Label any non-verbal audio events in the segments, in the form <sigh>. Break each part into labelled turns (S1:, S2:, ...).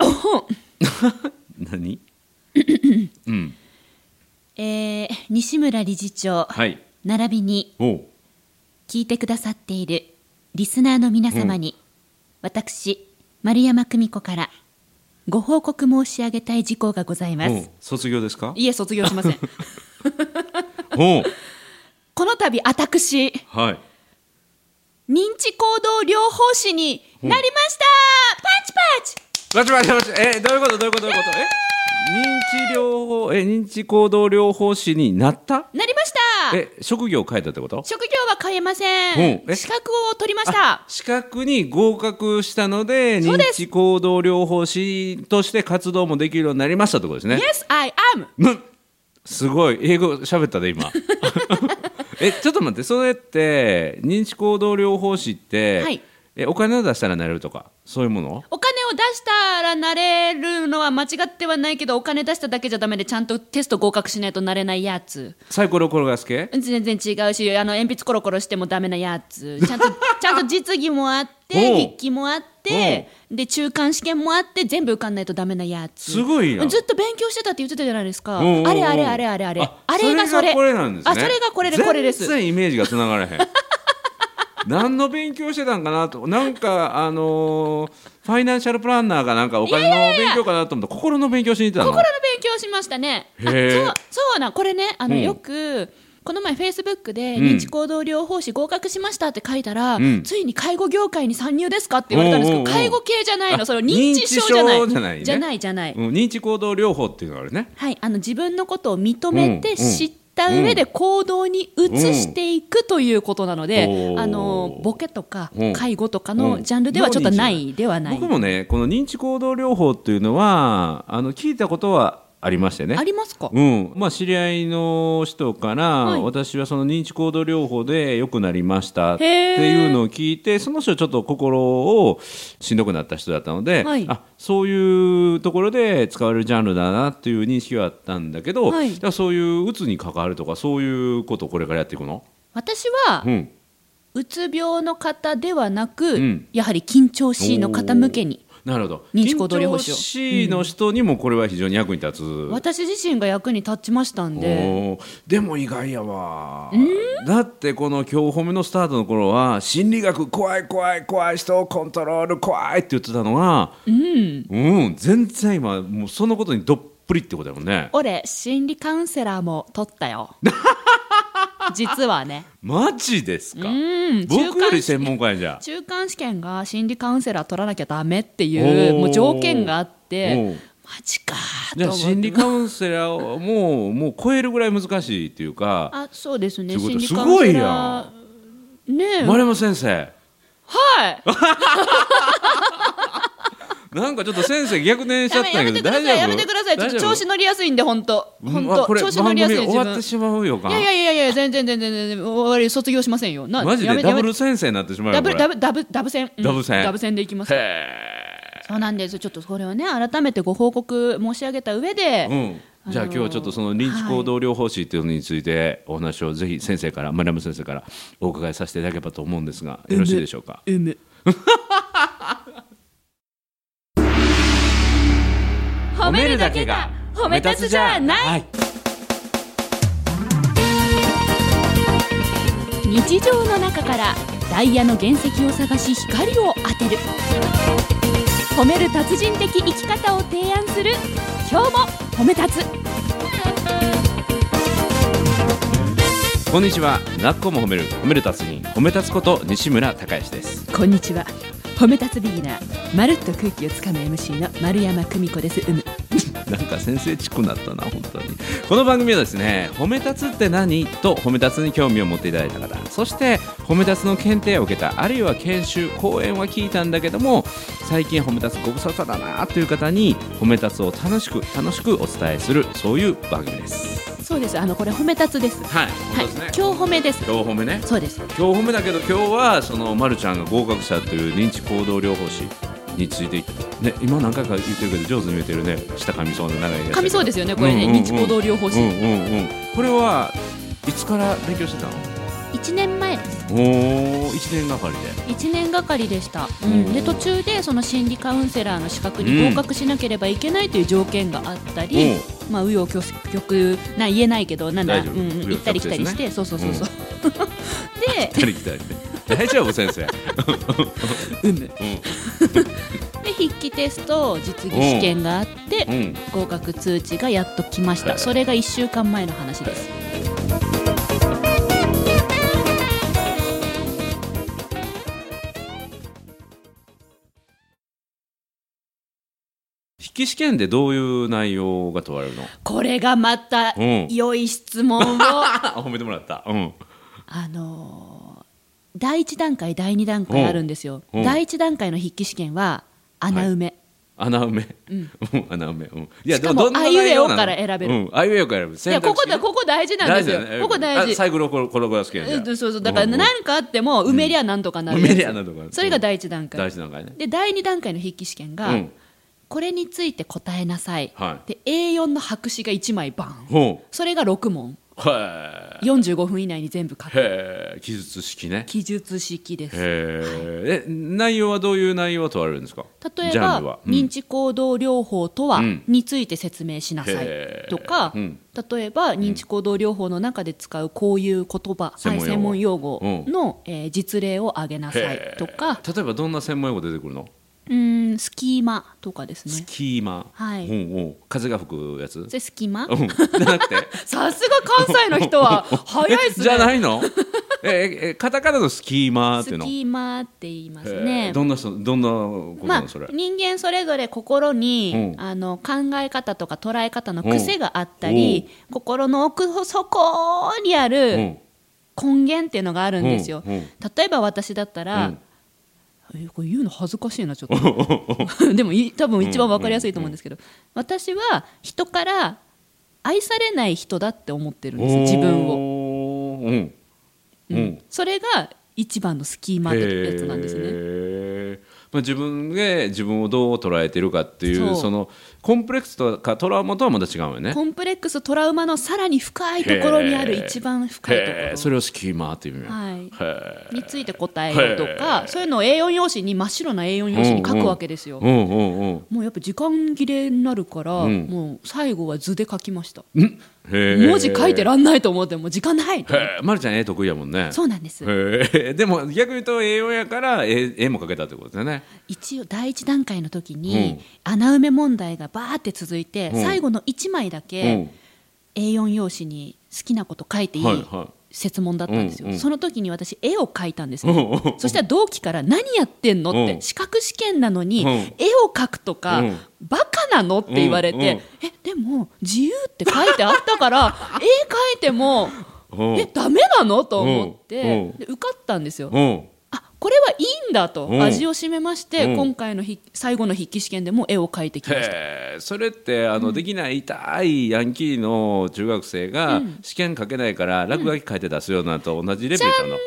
S1: 本
S2: 何うん
S1: <laughs> えー、西村理事長、
S2: はい
S1: 並びに
S2: おう
S1: 聞いてくださっているリスナーの皆様に、私丸山久美子からご報告申し上げたい事項がございま
S2: おう
S1: す
S2: 卒業ですか
S1: いえ卒業しませ
S2: <laughs>
S1: ん
S2: おう
S1: この度私
S2: はい
S1: 認知行動療法士になりました、パンチパンチ
S2: 待ち待ち待ちえどういうことどういうことどういうことえ認知療法え認知行動療法士になった
S1: なりました
S2: え職業変えたってこと
S1: 職業は変えませ
S2: うんえ
S1: ん資格を取りました
S2: 資格に合格したので
S1: そう
S2: 認
S1: です
S2: 知行動療法士として活動もできるようになりましたってことですね
S1: Yes, I am
S2: むすごい英語喋ったで
S1: <laughs>
S2: 今えちょっと待ってそれって認知行動療法士って、
S1: はい
S2: えお金を出したらなれるとかそういうもの
S1: お金を出したらなれるのは間違ってはないけどお金出しただけじゃダメでちゃんとテスト合格しないとなれないやつ
S2: サイコロ転がす系
S1: 全然違うしあの鉛筆コロコロしてもダメなや
S2: <laughs>
S1: つちゃんとちゃんと実技もあっ
S2: おう
S1: て筆記もあってで中間試験もあって全部受かんないとダメなやつ
S2: すごいな
S1: ずっと勉強してたって言ってたじゃないですか
S2: おうおうおう
S1: あれあれあれあれあれあれがそれ
S2: これなんですね
S1: あそれがこれでこれです
S2: 全然イメージがつなが
S1: <laughs>
S2: らへん何の勉強してたんかなとなんかあのーファイナンシャルプランナーかなんかお金の勉強かなと思った心の勉強しに行ってたの
S1: 心の勉強しましたね。あそう
S2: へー
S1: そうなんこれねあの、
S2: うん
S1: よくこの前フェイスブックで
S2: うん
S1: 認知行動療法士合格しましたって書いたら、
S2: ん
S1: ついに介護業界に参入ですかって言われたんですけど
S2: おうおうおう
S1: 介護系じゃない
S2: あ
S1: のそれ認知症じゃない
S2: 認知症じゃないね
S1: じゃないじゃない
S2: うん認知行動療法っていうのがあるね
S1: はいあの自分のことを認め
S2: うんう
S1: て
S2: ん
S1: 知った上で行動に移していくということなので、
S2: うん
S1: あのボケとか
S2: うん
S1: 介護とか
S2: う
S1: の
S2: ん
S1: ジャンルではちょっとないではない。
S2: 僕もねこの認知行動療法っていうのはあの聞いたことはありましてね
S1: ありますか、
S2: うんまあ、知り合いの人から、
S1: はい
S2: 私はその認知行動療法で良くなりましたって
S1: へー
S2: いうのを聞いてその人ちょっと心をしんどくなった人だったので、
S1: はい
S2: あそういうところで使われるジャンルだなっていう認識はあったんだけど、
S1: はい
S2: だからそういううつに関わるとかそういうことをこれからやっていくの、
S1: 私は
S2: うん、
S1: うつ病の方ではなく、
S2: うん
S1: やはり緊張しいの方向けに
S2: なるほど
S1: 認知行動療法士
S2: 緊
S1: を
S2: 張しいの人にもこれは非常に役に立つ、
S1: 私自身が役に立ちましたんで
S2: おーでも意外やわだってこの今日褒めのスタートの頃は心理学怖い怖い怖い人をコントロール怖いって言ってたのがうん、全然今もうそのことにどっぷりってことだもんね
S1: 俺心理カウンセラーも取った
S2: <laughs>
S1: よ実はね
S2: マジですか
S1: ん
S2: 僕より
S1: 中
S2: 専門家やじゃあ
S1: 中間試験が心理カウンセラー取らなきゃダメってい
S2: お
S1: う
S2: ー
S1: もう条件があっ
S2: お
S1: て
S2: う
S1: マジかー
S2: じゃ
S1: と思
S2: あ
S1: って
S2: 心理カウンセラーをもうもう超えるぐらい難しいっていうか
S1: あそうですね
S2: とい
S1: 心
S2: うこと
S1: 理カウンセ
S2: すごい
S1: ラ
S2: や
S1: ーねえ
S2: 丸山先生
S1: はい
S2: なんかちょっと先生逆転しちゃ
S1: や
S2: った
S1: め
S2: んや
S1: や
S2: け
S1: めて
S2: ど
S1: くだ
S2: 大
S1: さいやめてください
S2: 丈夫
S1: ちょっと
S2: 大丈夫
S1: 調子乗りやすいんで本当本
S2: まあこ
S1: 当
S2: れ
S1: 調子乗りやすい
S2: 番組
S1: 自
S2: 終わっ
S1: 分
S2: てしまうよか
S1: いやいやいやいや全然全然全然終わり卒業しませんよな
S2: マジ
S1: や
S2: で
S1: め
S2: ダブ
S1: やめ
S2: ル先生になってしまう
S1: ダ
S2: よ
S1: ブ
S2: これ
S1: ルダブダブダブ戦、うん
S2: ダブ戦
S1: ダブ戦でいきます
S2: へ
S1: そうなんですちょっとこれをね改めてご報告申し上げた上で、
S2: ーうん、じゃあ
S1: あのー
S2: 今日はちょっとその認知行動療法士っていうのについてお話をぜひ先生から丸山先生からお伺いさせていただければと思うんですがよろしいでしょうか
S1: うむ褒めるだけが褒め立つじゃない
S2: い
S1: 日常の中からダイヤの原石を探し光を当てる褒める達人的生き方を提案する今日も褒め立つ
S2: こんにちはなっこも褒める褒める達人褒め立つこと西村孝之です
S1: こんにちは褒め立つビギナーまるっと空気をつかむ MC の丸山久美子ですうむ
S2: なんか先生チックなったな本当にこの番組はですね褒め立つって何と褒め立つに興味を持っていただいた方そして褒め立つの検定を受けたあるいは研修講演は聞いたんだけども最近褒め立つご無沙汰だなという方に褒め立つを楽しく楽しくお伝えするそういう番組です
S1: そうですあのこれ褒め立つですは
S2: は
S1: い
S2: いそうですね、
S1: 今日褒めです
S2: 今日褒めね
S1: そうです
S2: 今日褒めだけど今日はそのまるちゃんが合格者という認知行動療法士についてね今何回か言ってるけど上手に見えてるね下噛みそうな長いやつ
S1: 噛みそうですよねこれね、
S2: うんうんうん
S1: 日行動療法士、
S2: うんうんうんこれはいつから勉強してたの
S1: 1年前です
S2: おお一年がかりで
S1: 1年がかりでした、う
S2: うん
S1: ん、で途中でその心理カウンセラーの資格に合格しなければいけないという条件があったり、まあ紆余曲折な言えないけどなんだ、う
S2: 大
S1: ん
S2: 丈夫
S1: うん、
S2: 紆
S1: 行
S2: 余曲折
S1: ったり来たりして、
S2: です
S1: そうそうそうそう、 <laughs> で
S2: 二人来たりね大丈夫先生
S1: うむ
S2: う
S1: で筆記テスト実技試験があって、
S2: んうん
S1: 合格通知がやっと来ました、
S2: はい
S1: それが1週間前の話です、
S2: 筆記試験でどういう内容が問われるの
S1: これがまた
S2: うん
S1: 良い質問を
S2: <laughs> あ褒めてもらったうん
S1: あのー第1段階第2段階あるんですよ
S2: うんうん
S1: 第1段階の筆記試験は穴埋め、
S2: 穴埋め
S1: うん
S2: うん穴埋めうんいや
S1: しかも
S2: でどんな内容なの
S1: あいうえおから選べる
S2: うんあいうえおから選べる
S1: いやここだここ大事なんですよ、ここ大事
S2: サイコロコロコロコロ好きや
S1: うんん
S2: じゃ
S1: そ
S2: ん
S1: うそうだから
S2: うんうん
S1: 何かあっても埋めりゃなんとかなるやつ、
S2: 埋めりゃなんとかなる
S1: それが第1段階、
S2: 大事なんかいね
S1: で第2段階の筆記試験が、
S2: うん
S1: これについて答えなさい、
S2: は
S1: で A4 の白紙が1枚バン
S2: ほ
S1: それが6問
S2: うへ
S1: 45分以内に全部書
S2: え
S1: く
S2: へえ記述式ね
S1: 記述式です
S2: へええ内容はどういう内容が問われるんですか
S1: 例え
S2: ジャンル
S1: ば
S2: は
S1: 「
S2: うん
S1: 認知行動療法とは?
S2: うん」
S1: について説明しなさい
S2: へー
S1: とか、
S2: うん
S1: 例えば認知行動療法の中で使うこういう言葉、
S2: 専門
S1: は
S2: 用
S1: い、
S2: 語
S1: 専門用語
S2: うん
S1: の、えー実例を挙げなさい
S2: へー
S1: とか
S2: 例えばどんな専門用語出てくるの
S1: うーんスキーマとかです
S2: ス
S1: ね
S2: キーマ
S1: はい
S2: うんうん風が吹くやつ
S1: それスキマ
S2: うん <laughs> じゃなくて
S1: さすが関西の人は早いっすね
S2: え <laughs> じゃないのえええカタカナのスキーマーってい
S1: ス
S2: うの
S1: キマって言います
S2: へ
S1: ね
S2: えどんな人どんなこと
S1: ま
S2: な
S1: あ
S2: のそれ、、
S1: 人間それぞれ心に、
S2: うん
S1: あの考え方とか捉え方の癖があったり、心の奥底にあ
S2: う
S1: る
S2: ん
S1: 根源っていうのがあるんですよ。
S2: うんうん
S1: 例えば私だったら、
S2: うん
S1: えこれ言うの恥ずかしいなちょっと <laughs> でもい多分一番わかりやすいと思うんですけど、私は人から愛されない人だって思ってるんですよ自分を、
S2: をうん
S1: う
S2: うんん、
S1: それが一番のスキーマってやつなんですね
S2: へえまあ、自分で自分をどう捉えてるかっていう
S1: そう
S2: そのコンプレックスとかトラウマとはまた違うよ
S1: <laughs>
S2: ね
S1: コンプレックストラウマのさらに深いところにある一番深いとこ
S2: へ
S1: ろ
S2: えそれをスキーマーっていう意味
S1: はい
S2: へえ
S1: について答えるとか、そういうのを A4 用紙に真っ白な A4 用紙に書くわけですよ、
S2: うんうんうん
S1: もうやっぱ時間切れになるから、
S2: うん
S1: もう最後は図で書きました、
S2: へえ
S1: 文字書いてらんないと思ってもう時間ない、
S2: へえまるちゃん絵得意やもんね
S1: そうなんです
S2: へえでも逆に言うと栄養やから絵絵も描けたってことだね
S1: 一応第一段階の時に、
S2: うん
S1: 穴埋め問題がバーって続いて、
S2: うん
S1: 最後の1枚だ
S2: う
S1: け
S2: ん
S1: A4 用紙に好きなこと書いていい、
S2: はいは
S1: 設問だったんですよ、
S2: うんうん
S1: その時に私絵を描いたんです
S2: うん
S1: ね
S2: うんうん
S1: そしたら同期から何やってんのって、
S2: うん
S1: 資格試験なのに
S2: うん
S1: 絵を描くとか、
S2: うん
S1: バカなのって言われて、
S2: うんうん
S1: えでも自由って書いてあったから
S2: <laughs>
S1: 絵描いても
S2: うん
S1: えダメなのと思って、
S2: うんうん
S1: で受かったんですよ、
S2: うん
S1: あこれはいいんだと、
S2: うん
S1: 味を占めまして、
S2: うん
S1: 今回の筆最後の筆記試験でも絵を描いてきました。
S2: へえそれってあの、できない痛いヤンキーの中学生が、試験書けないから落書き書いて出すようなのと同じレベルなの、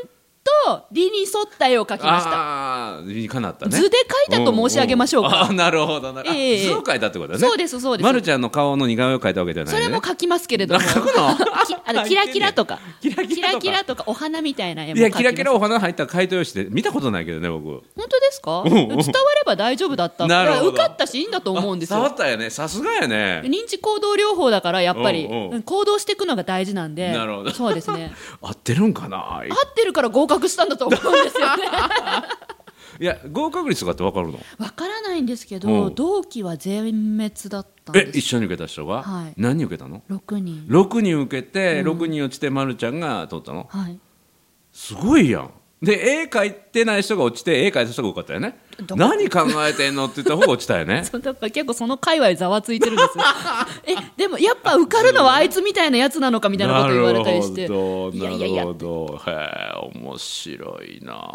S1: と理に沿った絵を描きました、
S2: ああ理にかなったね
S1: 図で描いたと申し上げましょうか、
S2: んんああなるほどなるほど、
S1: ええ
S2: 図を描いたってことだね
S1: そうですそうです
S2: まるちゃんの顔の似顔絵を描いたわけじゃない
S1: そ
S2: よね
S1: れも書きますけれども、
S2: あ書くの
S1: <laughs> きあのキラキラとか、
S2: キラキラとか
S1: とかお花みたいな絵も書
S2: い
S1: き
S2: や
S1: ます。
S2: キラキラお花入った回答用紙で見たことないけどね僕
S1: 本当ですか？
S2: うん
S1: 伝
S2: うん
S1: われば大丈夫だった。
S2: なるほど
S1: いや受かったしいいんだと思うんです
S2: あ触
S1: よ。
S2: ったよねさすがやね
S1: 認知行動療法だからやっぱり
S2: うんうん
S1: うん行動していくのが大事なんで、
S2: なるほど
S1: そうです
S2: <laughs>
S1: ね。
S2: 合ってるんかな
S1: 合ってるから合格したんだと思うん
S2: <laughs>
S1: ですよね。
S2: いや合格率とかって分かるの
S1: わからないんですけ
S2: う
S1: ど、
S2: ん
S1: 同期は全滅だったん
S2: え
S1: です。
S2: 一緒に受けた人が、
S1: はい
S2: 何人受けたの
S1: 六人。
S2: 6人受けて、6人落ちてまるちゃんが取ったの
S1: はい。
S2: すごいやんで絵描いてない人が落ちて絵描いた人が多かったよね
S1: ど
S2: 何考えてんのって言った方が落ちたよね
S1: そうだから結構その界隈ざわついてるんですよえでもやっぱ受かるのはあいつみたいなやつなの <laughs> かみたいなこと言われたりして
S2: なるほど
S1: いやいやい
S2: なる
S1: や
S2: ほどへえ面白いな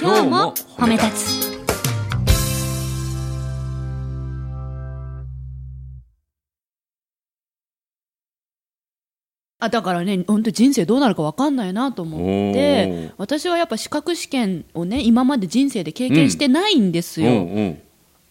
S1: 今日も褒め立つあだからね本当人生どうなるか分かんないなと思って
S2: お
S1: 私はやっぱ資格試験をね今まで人生で経験してないんです
S2: うん
S1: よ、
S2: うん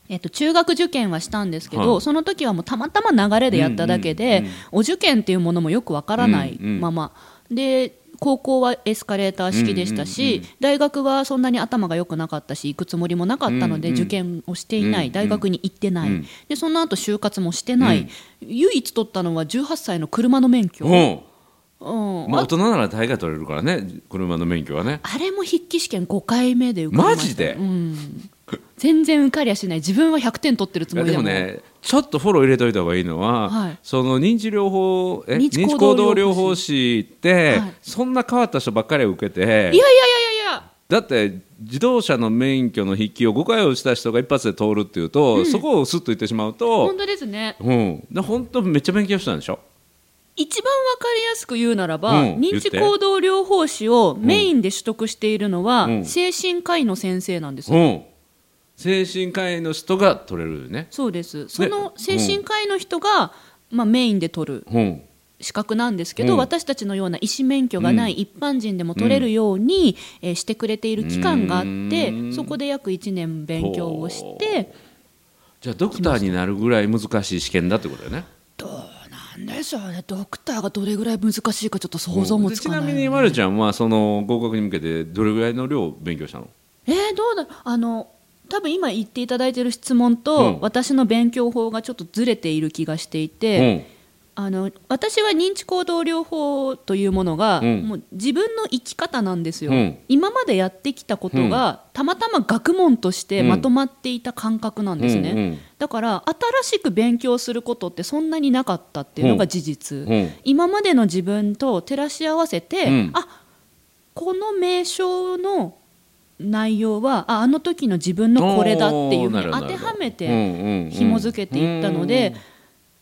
S1: えっと、中学受験はしたんですけど、
S2: はい
S1: その時はもうたまたま流れでやっただけで、
S2: うんうんうん
S1: お受験っていうものもよくわからない
S2: うんうん
S1: まま、で高校はエスカレーター式でしたし、
S2: うんうん
S1: 大学はそんなに頭が良くなかったし行くつもりもなかったので、
S2: うんうん
S1: 受験をしていない、
S2: うんうん
S1: 大学に行ってない、
S2: うん
S1: でその後就活もしてない、唯一取ったのは18歳の車の免許、
S2: おう
S1: うん
S2: まあ、
S1: あ
S2: 大人なら大概取れるからね車の免許はね
S1: あれも筆記試験5回目で受かりました
S2: マジで
S1: うん、全然受かりゃしない自分は100点取ってるつ
S2: い
S1: も
S2: や
S1: りで
S2: でも
S1: も
S2: ねちょっとフォロー入れといた方がいいのは、
S1: はい
S2: その認知療法え
S1: 認知
S2: 認知
S1: 行
S2: 行
S1: 動
S2: 動
S1: 療
S2: 療
S1: 法
S2: 法士って、
S1: はい
S2: そんな変わった人ばっかり受けて
S1: いやいやいやいやいや
S2: だって自動車の免許の筆記を5回をした人が一発で通るっていうと、そこをスッと言ってしまうと
S1: 本、当ですね
S2: うん、で本当めっちゃ勉強したんでしょ
S1: 一番わかりやすく言うならば、
S2: うん
S1: 認知行動療法士をメインで取得しているのは、
S2: うん
S1: 精神科医の先生なんですよ、
S2: うん、精神科医の人が取れるよね。
S1: そうですその精神科医の人が、まあ、メインで取る
S2: うん
S1: 資格なんですけど、
S2: うん
S1: 私たちのような医師免許がない一般人でも取れるように、えーしてくれている期間があって、
S2: うん
S1: そこで約1年勉強をして
S2: じゃあドクターになるぐらい難しい試験だってことだよね。
S1: どうなんでしょうねドクターがどれぐらい難しいかちょっと想像も
S2: で
S1: つ
S2: ち
S1: かない
S2: な
S1: よね、
S2: みにまるちゃんはその合格に向けてどれぐらいの量を勉強したの
S1: えー、どうだあの多分今言っていただいている質問と、
S2: うん
S1: 私の勉強法がちょっとずれている気がしていて、あの私は認知行動療法というものが、
S2: うん
S1: もう自分の生き方なんですよ、
S2: うん
S1: 今までやってきたことが、たまたま学問としてまとまっていた感覚なん
S2: うん
S1: ですね、
S2: うん
S1: だから新しく勉強することってそんなになかったっていうのが事実、
S2: うんうん
S1: 今までの自分と照らし合わせて、
S2: うん
S1: あこの名称の内容はああの時の自分のこれだっていうふう
S2: おーな
S1: に
S2: るほ
S1: 当
S2: ど
S1: てはめ
S2: うん
S1: て
S2: うんうん
S1: 紐付けていったので、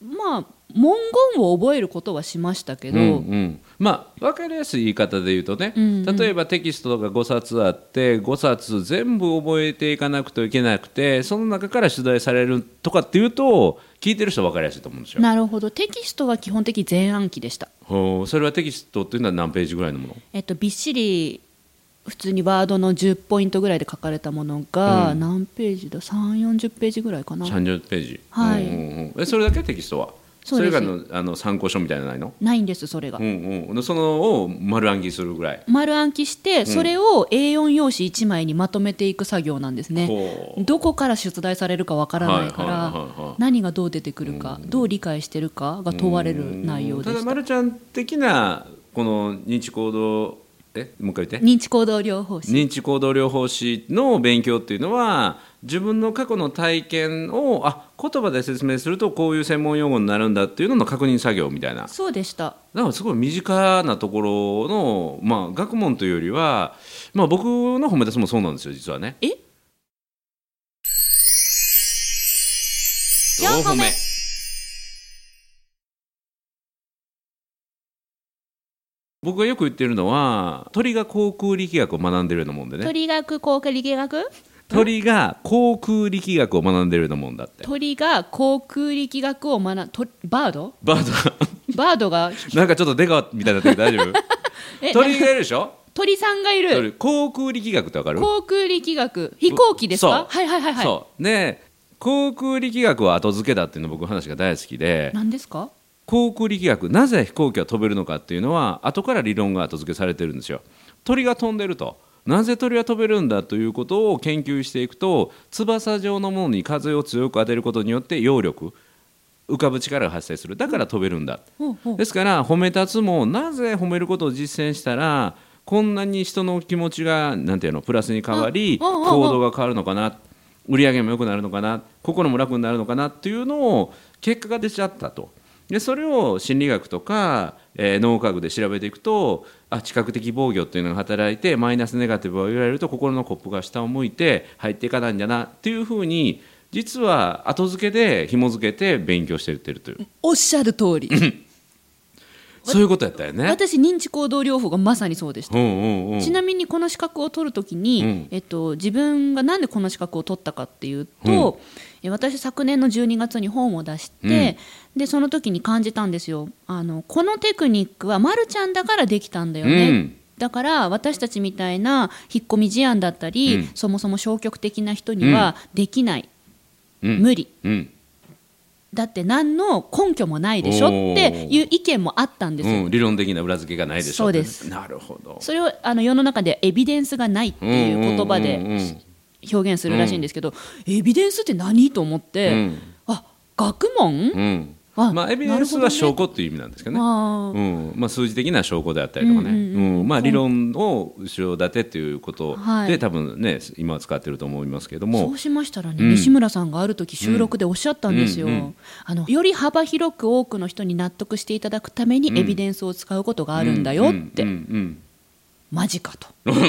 S1: まあ文言を覚えることはしましたけ
S2: うん
S1: ど、
S2: うんうんまあ分かりやすい言い方で言うとね、
S1: うんうん
S2: 例えばテキストが5冊あって5冊全部覚えていかなくてはいけなくてその中から取材されるとかっていうと聞いてる人分かりやすいと思うんですよ。
S1: なるほどテキストは基本的前暗記でした、
S2: ほうそれはテキストっていうのは何ページぐらいのもの
S1: えっと、びっしり普通にワードの10ポイントぐらいで書かれたものが、
S2: うん
S1: 何ページだ3 4 0ページぐらいかな
S2: ?30 ページ、
S1: はい
S2: うんうんうんえそれだけテキストは
S1: そうです
S2: れ以外のあの参考書みたいなのないの
S1: ないんですそれが
S2: う。んうん、そのを丸暗記するぐらい。
S1: 丸暗記して、それを A4 用紙1枚にまとめていく作業なんですね。
S2: ほう
S1: どこから出題されるかわからないか
S2: はいはいはいは
S1: ら
S2: い
S1: 何がどう出てくるかどう理解してるかが問われる内容で
S2: ただ、
S1: し
S2: ま
S1: た
S2: るちゃん的なこの認知行動えもう一回言って
S1: 認知行動療法士
S2: 認知行動療法士の勉強っていうのは自分の過去の体験をあ言葉で説明するとこういう専門用語になるんだっていうのの確認作業みたいな
S1: そうでした
S2: なんかすごい身近なところの、まあ、学問というよりは、まあ、僕の褒め出すもそうなんですよ実はね。
S1: え
S2: 4
S1: 個目
S2: 僕がよく言ってるのは鳥が航空力学を学んでるようなもんでね
S1: 鳥学航空力学
S2: 鳥が航空力学を学んでるようなもんだって
S1: 鳥が航空力学を学んとバード
S2: バードが <laughs>
S1: バードが
S2: なんかちょっと出川みたいになってる大丈夫
S1: <laughs> え
S2: 鳥がいるでしょ
S1: 鳥さんがいる
S2: 鳥航空力学ってわかる
S1: 航空力学飛行機ですか
S2: そう
S1: はいはいはいはい
S2: そうね航空力学は後付けだっていうの僕話が大好きで
S1: 何ですか
S2: 航空力学なぜ飛行機は飛べるのかっていうのは後から理論が後付けされてるんですよ鳥が飛んでるとなぜ鳥は飛べるんだということを研究していくと翼状のものに風を強く当てることによって揚力浮かぶ力が発生するだから飛べるんだ、
S1: ほうほう
S2: ですから褒め立つもなぜ褒めることを実践したらこんなに人の気持ちがなんていうのプラスに変わり
S1: ああああ
S2: 行動が変わるのかな売り上げも良くなるのかな心も楽になるのかなっていうのを結果が出ちゃったとでそれを心理学とか、えー脳科学で調べていくとあ知覚的防御っていうのが働いてマイナスネガティブを言われると心のコップが下を向いて入っていかないんだなっていうふうに実は後付けで紐付けて勉強していってるという
S1: おっしゃる通り
S2: そういうことやったよね。
S1: 私認知行動療法がまさにそうでした、
S2: うんうんうん。
S1: ちなみにこの資格を取るときに、
S2: うん
S1: えっと、自分がなんでこの資格を取ったかっていうと、え私昨年の12月に本を出して、でその時に感じたんですよあのこのテクニックはまるちゃんだからできたんだよね、
S2: うん
S1: だから私たちみたいな引っ込み思案だったり、
S2: うん
S1: そもそも消極的な人にはできない、
S2: うん
S1: 無理
S2: うん。
S1: だって何の根拠もないでしょっていう意見もあったんですよ、
S2: うん。理論的な裏付けがないでしょ。
S1: そうです
S2: なるほど。
S1: それをあの世の中でエビデンスがないっていう言葉
S2: うんうんうんうん
S1: で表現するらしいんですけど、エビデンスって何と思って、
S2: うん
S1: あ学問、
S2: うん。
S1: あ
S2: まあエビデンスは証拠っていう意味なんですけどね。
S1: あー
S2: うんまあ、数字的な証拠であったりとかね、う
S1: うんんうんうん
S2: まあ、理論を後ろ盾ということで、
S1: はい
S2: 多分ね今は使ってると思いますけ
S1: そ
S2: ども
S1: うしましたらね、
S2: うん
S1: 西村さんがある時収録でおっしゃったんですよ、
S2: うんうん
S1: あのより幅広く多くの人に納得していただくためにエビデンスを使うことがあるんだよって、
S2: うん
S1: マジかと
S2: うんうん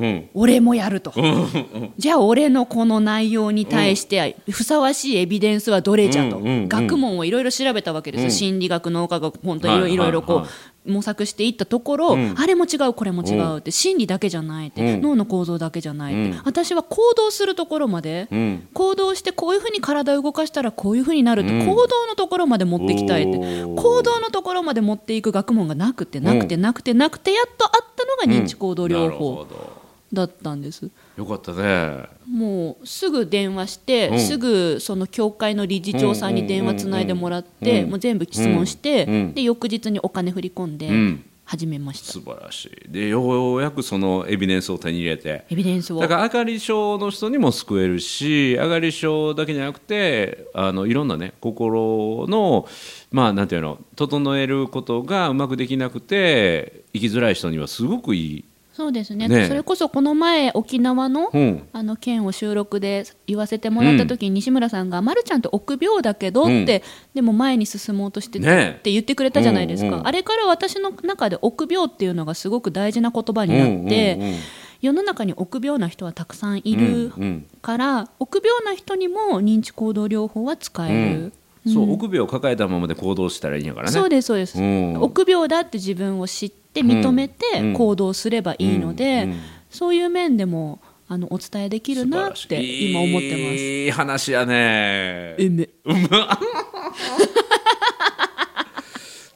S2: うん
S1: 俺もやると、
S2: うんうん
S1: じゃあ俺のこの内容に対してふさわしいエビデンスはどれじゃと、
S2: うんうんうん
S1: 学問をいろいろ調べたわけですよ、
S2: うん
S1: 心理学脳科学本当
S2: はいい
S1: ろ
S2: はい
S1: いろいろこう、
S2: はい
S1: 模索していったところ、
S2: うん
S1: あれも違うこれも違うって心理だけじゃないって、
S2: うん
S1: 脳の構造だけじゃないって、
S2: うん
S1: 私は行動するところまで、
S2: うん
S1: 行動してこういうふうに体を動かしたらこういうふうになるって、
S2: うん
S1: 行動のところまで持ってきたいって
S2: おー
S1: 行動のところまで持っていく学問がなくてなくて
S2: うん
S1: なくてなくてやっとあったのが認知行動療
S2: なる
S1: 法
S2: ほど
S1: だったんです。
S2: よかったね
S1: もうすぐ電話して、
S2: うん
S1: すぐその教会の理事長さんに電話つないでもらって、
S2: うん
S1: もう全部質問して、
S2: うん
S1: で翌日にお金振り込ん
S2: う
S1: で
S2: ん
S1: 始めました、
S2: 素晴らしいでようやくそのエビデンスを手に入れて
S1: エビデンスを
S2: だからあがり症の人にも救えるしあがり症だけじゃなくてあのいろんなね心のまあなんていうの整えることがうまくできなくて生きづらい人にはすごくいい。
S1: そうですね
S2: ねえ
S1: それこそこの前沖縄の、
S2: うん
S1: あの件を収録で言わせてもらった時に、西村さんが「まるちゃんって臆病だけど」って、
S2: うん
S1: でも前に進もうとして
S2: ねえ
S1: って言ってくれたじゃないですか、
S2: うんうん
S1: あれから私の中で臆病っていうのがすごく大事な言葉になって、
S2: うんうんうん
S1: 世の中に臆病な人はたくさんいる
S2: うんうん
S1: から、臆病な人にも認知行動療法は使える、
S2: うんそううん臆病を抱えたままで行動したらいいんやからね。
S1: そうですそうです、
S2: うん
S1: 臆病だって自分を知って認め
S2: うん
S1: て行動すればいいので、
S2: うんうん
S1: そういう面でもあのお伝えできるなっ
S2: 素晴ら
S1: て
S2: しい
S1: 今思ってます。
S2: いい話やね。
S1: うめ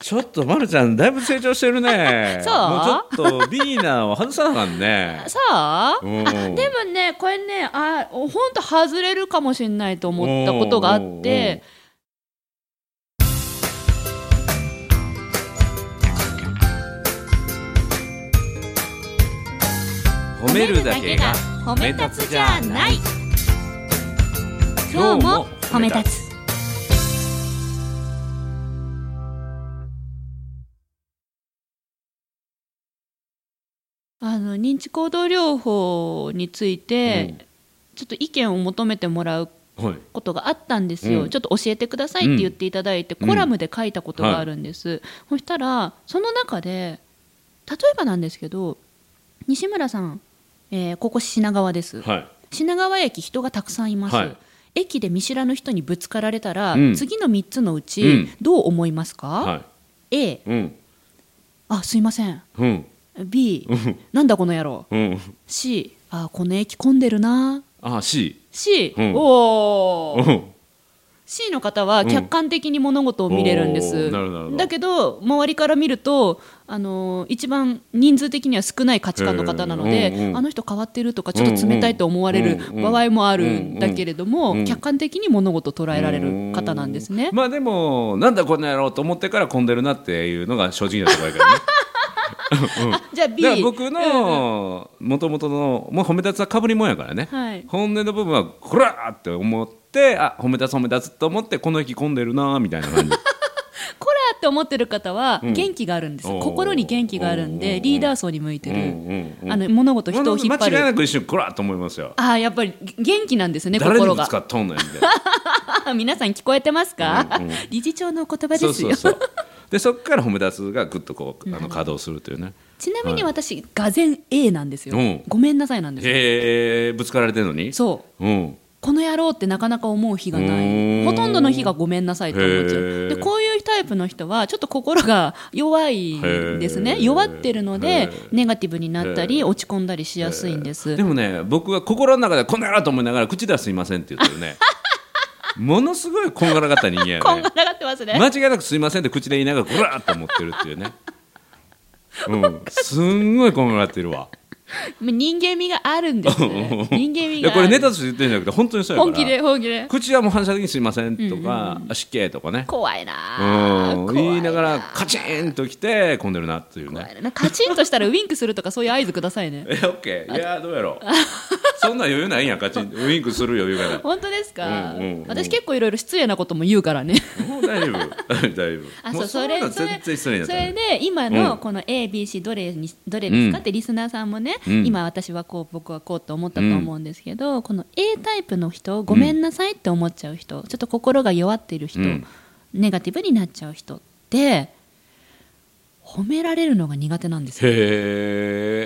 S2: ちょっとまるちゃんだいぶ成長してるね。
S1: <laughs> そう
S2: もうちょっとビギナーを外さなあかんね。
S1: さ <laughs> ああ
S2: うん
S1: でもねこれねあ本当外れるかもしれないと思ったことがあ
S2: おうお
S1: っ
S2: うおう
S1: て
S2: 褒めるだけが
S1: 褒
S2: め立つじゃない
S1: 今日も褒め立
S2: つ
S1: つあの認知行動療法について、ちょっと意見を求めてもらう
S2: はい
S1: ことがあったんですよ、
S2: うん
S1: ちょっと教えてくださいって言っていただいて、
S2: うん
S1: コラムで書いたことがあるんです、そしたらその中で例えばなんですけど西村さん、えーここ品川です、
S2: はい
S1: 品川駅人がたくさんいます、
S2: はい
S1: 駅で見知らぬ人にぶつかられたら、
S2: うん
S1: 次の3つのうち、
S2: うん
S1: どう思いますか、
S2: は
S1: A
S2: いうん
S1: あすいません
S2: うん
S1: B なんだこの野郎
S2: うん
S1: C あこの駅混んでるな
S2: あ C
S1: C、
S2: うん
S1: おー
S2: うん
S1: C の方は客観的に物事を見れるんです、
S2: うんおーなるほどなるほど
S1: だけど周りから見ると、あのー一番人数的には少ない価値観の方なので、
S2: へーうんうん
S1: あの人変わってるとかちょっと冷たいと思われる
S2: うんうん
S1: 場合もあるんだけれども、
S2: うんうん
S1: 客観的に物事を捉えられる方なんですね
S2: う。んまあでもなんだこんなやろうと思ってから混んでるなっていうのが正直なところやけど
S1: <laughs>
S2: ね
S1: あじゃあ B
S2: だから僕のもともとのもう褒め立つはかぶりもんやからね、
S1: はい
S2: 本音の部分はこらーって思ってあ褒め立つ褒め立つと思ってこの駅混んでるなーみたい
S1: <laughs>
S2: な感じ
S1: コラーって思ってる方は
S2: うん
S1: 元気があるんです、
S2: おー
S1: 心に元気があるん
S2: おー
S1: でリーダー層に向いてる、
S2: うんうんうん
S1: あの物事人を引っ張
S2: 間違い
S1: る
S2: なく一瞬こらーと思いますよ
S1: ああやっぱり元気なんですね
S2: 誰に
S1: 心
S2: ぶ
S1: が
S2: つかっとんねんみたいな
S1: あ <laughs> 皆さん聞こえてますか、
S2: うんうん
S1: 理事長のお言葉です
S2: そ
S1: よ
S2: うそうそうでそこから褒め立つがぐっとこうあの稼働するというね
S1: ちなみに私、がぜん A なんですよ、
S2: うん
S1: ごめんなさいなんですよ
S2: へえぶつかられてるのに
S1: そう
S2: うん
S1: この野郎ってなかなか思う日がな
S2: うーん
S1: いほとんどの日がごめんなさいと思っちゃ
S2: へー
S1: うでこういうタイイプの人はちょっと心が弱いんです
S2: へ
S1: ね
S2: ー
S1: 弱ってるの
S2: へ
S1: で
S2: ー
S1: ネガティブになったり落ち込んだりしやすいんです
S2: でもね僕は心の中でこんなやと思いながら口出すいませんって言ってる
S1: <laughs>
S2: ねものすごいこんがらがった人間や
S1: こん
S2: ね
S1: がらがってますね、
S2: 間違いなくすいませんって口で言いながらこらーっと思ってるっていうねうん、すんごいこんがらがってるわ
S1: 人間味があるんですね人間
S2: <laughs> い
S1: 味が
S2: や
S1: ある
S2: これネタとして言ってるんじゃなくて本当にそうやか
S1: 本
S2: ら
S1: 気で本気で
S2: 口はもう反射的にすいませんとか、失敬とかね
S1: 怖いなあ
S2: うん
S1: 怖
S2: 言いながらカチンときて混んでるなっていう
S1: 怖
S2: ね
S1: いなカチンとしたらウインクするとかそういう合図くださいね
S2: <laughs> えオッケーいやどうやろうそんな余裕ないんやカチンウインクする余裕がない
S1: 本当ですか、
S2: うんうんうん
S1: 私結構いろいろ失礼なことも言うからね
S2: もう大丈夫 <laughs> 大丈夫
S1: <laughs> あそ
S2: も
S1: ううそれ
S2: んなの
S1: それ
S2: 全然失礼になっ
S1: そ
S2: た
S1: れ
S2: ね
S1: で今
S2: うん
S1: のこの ABC どれにどれですか
S2: う
S1: っ
S2: ん
S1: てリスナーさんもね、
S2: うん
S1: 今私はこう僕はこうと思ったと思うんですけど、この A タイプの人ごめんなさいって思っちゃう人、ちょっと心が弱っている人、
S2: うん
S1: ネガティブになっちゃう人って褒められるのが苦手なんですよ。
S2: へ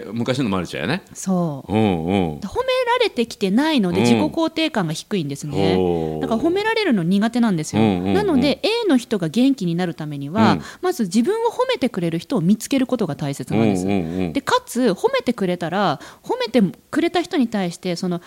S2: え昔のマルちゃんやね
S1: そう
S2: うんうん
S1: 褒められてきてないので
S2: うん
S1: 自己肯定感が低いんですね、
S2: ほう
S1: だから褒められるの苦手なんですよ、
S2: うんうんうん
S1: なので A の人が元気になるためには、
S2: うん
S1: まず自分を褒めてくれる人を見つけることが大切なんです、
S2: うんうんうん
S1: でかつ褒めてくれたら褒めてくれた人に対してその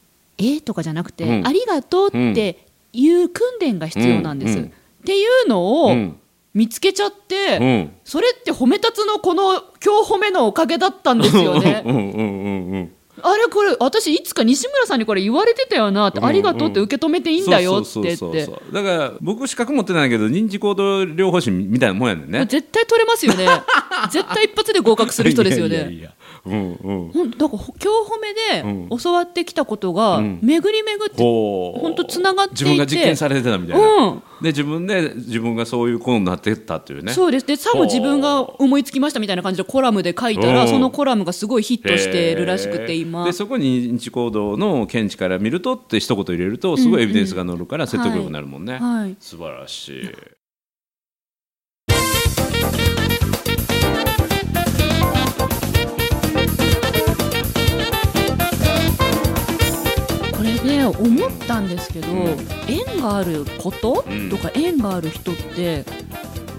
S1: 「えーとかじゃなくて、
S2: うん
S1: ありがとう」っていう訓練が必要なんです、
S2: うんうん
S1: っていうの
S2: う
S1: を
S2: ん
S1: 見つけちゃって、
S2: うん
S1: それって褒めたつのこの今日褒めのおかげだったんですよ
S2: <laughs>
S1: ね
S2: うんうんうんうん
S1: あれこれ私いつか西村さんにこれ言われてたよなって、
S2: うんうん
S1: ありがとうって受け止めていいんだよって
S2: そう
S1: 言っ
S2: そうそう
S1: て
S2: そうそうだから僕資格持ってないけど認知行動療法士みたいなもんやねんね
S1: 絶対取れますよ
S2: <laughs>
S1: ね絶対一発で合格する人ですよ
S2: いやい
S1: ね
S2: やいやうんうん
S1: ほんだから今日褒めで
S2: う
S1: 教わってきたことが
S2: ん
S1: 巡り巡って、
S2: ほう
S1: ほんと繋がっていて
S2: 自分が実験されてたみたいな、
S1: うん
S2: で自分で自分がそういう子になってったっていうね
S1: そうですでさも自分が思いつきましたみたいな感じでコラムで書いた
S2: う
S1: ら
S2: ん
S1: そのコラムがすごいヒットしてるらしく
S2: へ
S1: て
S2: ー
S1: 今
S2: でそこに認知行動の見地から見るとって一言入れるとすごいエビデンスが乗るから説得力になるもんね、
S1: はい
S2: 素晴らしい
S1: これね思ったんですけど、
S2: うん
S1: 縁があること、
S2: うん
S1: とか縁がある人って、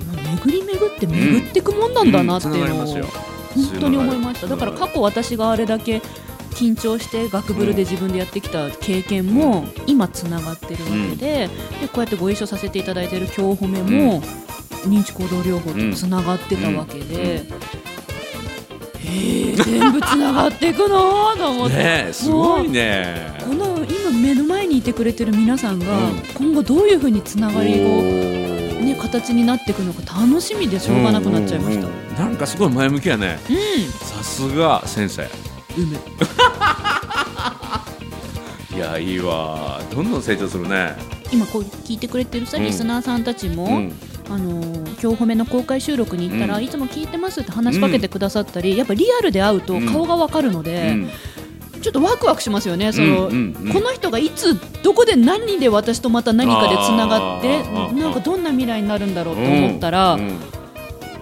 S1: まあ巡り巡って巡ってくもんなんだなっていうのを、
S2: うん繋がりますよ
S1: 本当に思いましただから過
S2: 去
S1: 去私があれだけ緊張して学ぶるで自分でやってきた経験も今つながってるわけで,、でこうやってご一緒させていただいてる今日褒めも、認知行動療法とつながってたわけで、えー全部つながっていくのーと思って。
S2: ねえすごいね
S1: この今目の前にいてくれてる皆さんが
S2: うん
S1: 今後どういうふうにつながりを、ね、
S2: ね
S1: 形になっていくのか楽しみでしょうがなくなっちゃいました。うん
S2: なんかすごい前向きやねさすが先生
S1: うめ
S2: <laughs> いやいいわどんどん成長するね
S1: 今こう聞いてくれてるさ
S2: うん
S1: リスナーさんたちも、
S2: うん
S1: あのー今日褒めの公開収録に行ったら、
S2: うん
S1: いつも聞いてますって話しかけてくださったり、やっぱリアルで会うと顔がわかるの
S2: う
S1: で、
S2: ん
S1: ちょっとワクワクしますよねその、
S2: うんうんうん
S1: この人がいつどこで何で私とまた何かでつながって
S2: あー
S1: なんかどんな未来になるんだろうと思ったら、
S2: うん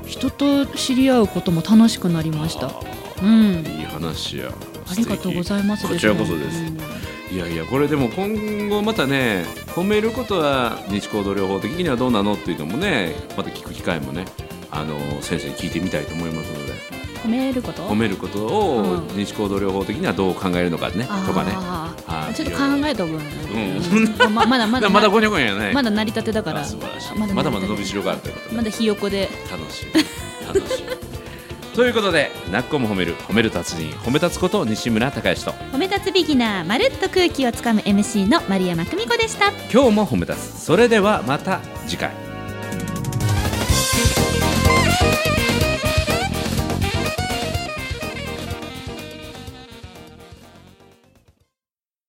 S1: 人と知り合うことも楽しくなりました。うん。
S2: いい話や
S1: ありがとうございます。
S2: 素敵こちらこそです
S1: うん
S2: いやいやこれでも今後またね褒めることは日行動療法的にはどうなのっていうのもねまた聞く機会もねあの先生に聞いてみたいと思いますので
S1: 褒めること。
S2: 褒めることを
S1: うん
S2: 日行動療法的にはどう考えるのかねと
S1: あー
S2: かねはい
S1: ちょっと
S2: い
S1: 考
S2: ろい
S1: えた分。
S2: う
S1: ままだま
S2: ろ
S1: だ
S2: まだごにょごにょやね
S1: まだ成り立てだから
S2: あ素晴らしい
S1: まだま
S2: まだま
S1: だ
S2: だ伸びしろがあるということで
S1: まだひよこで
S2: 楽しい <laughs> 楽しいということで「なっこも褒める褒める達人褒め立つこと西村孝之と
S1: 褒め立つビギナーまるっと空気をつかむ MC の丸山久美子でした。
S2: 今日も褒め立つそれではまた次回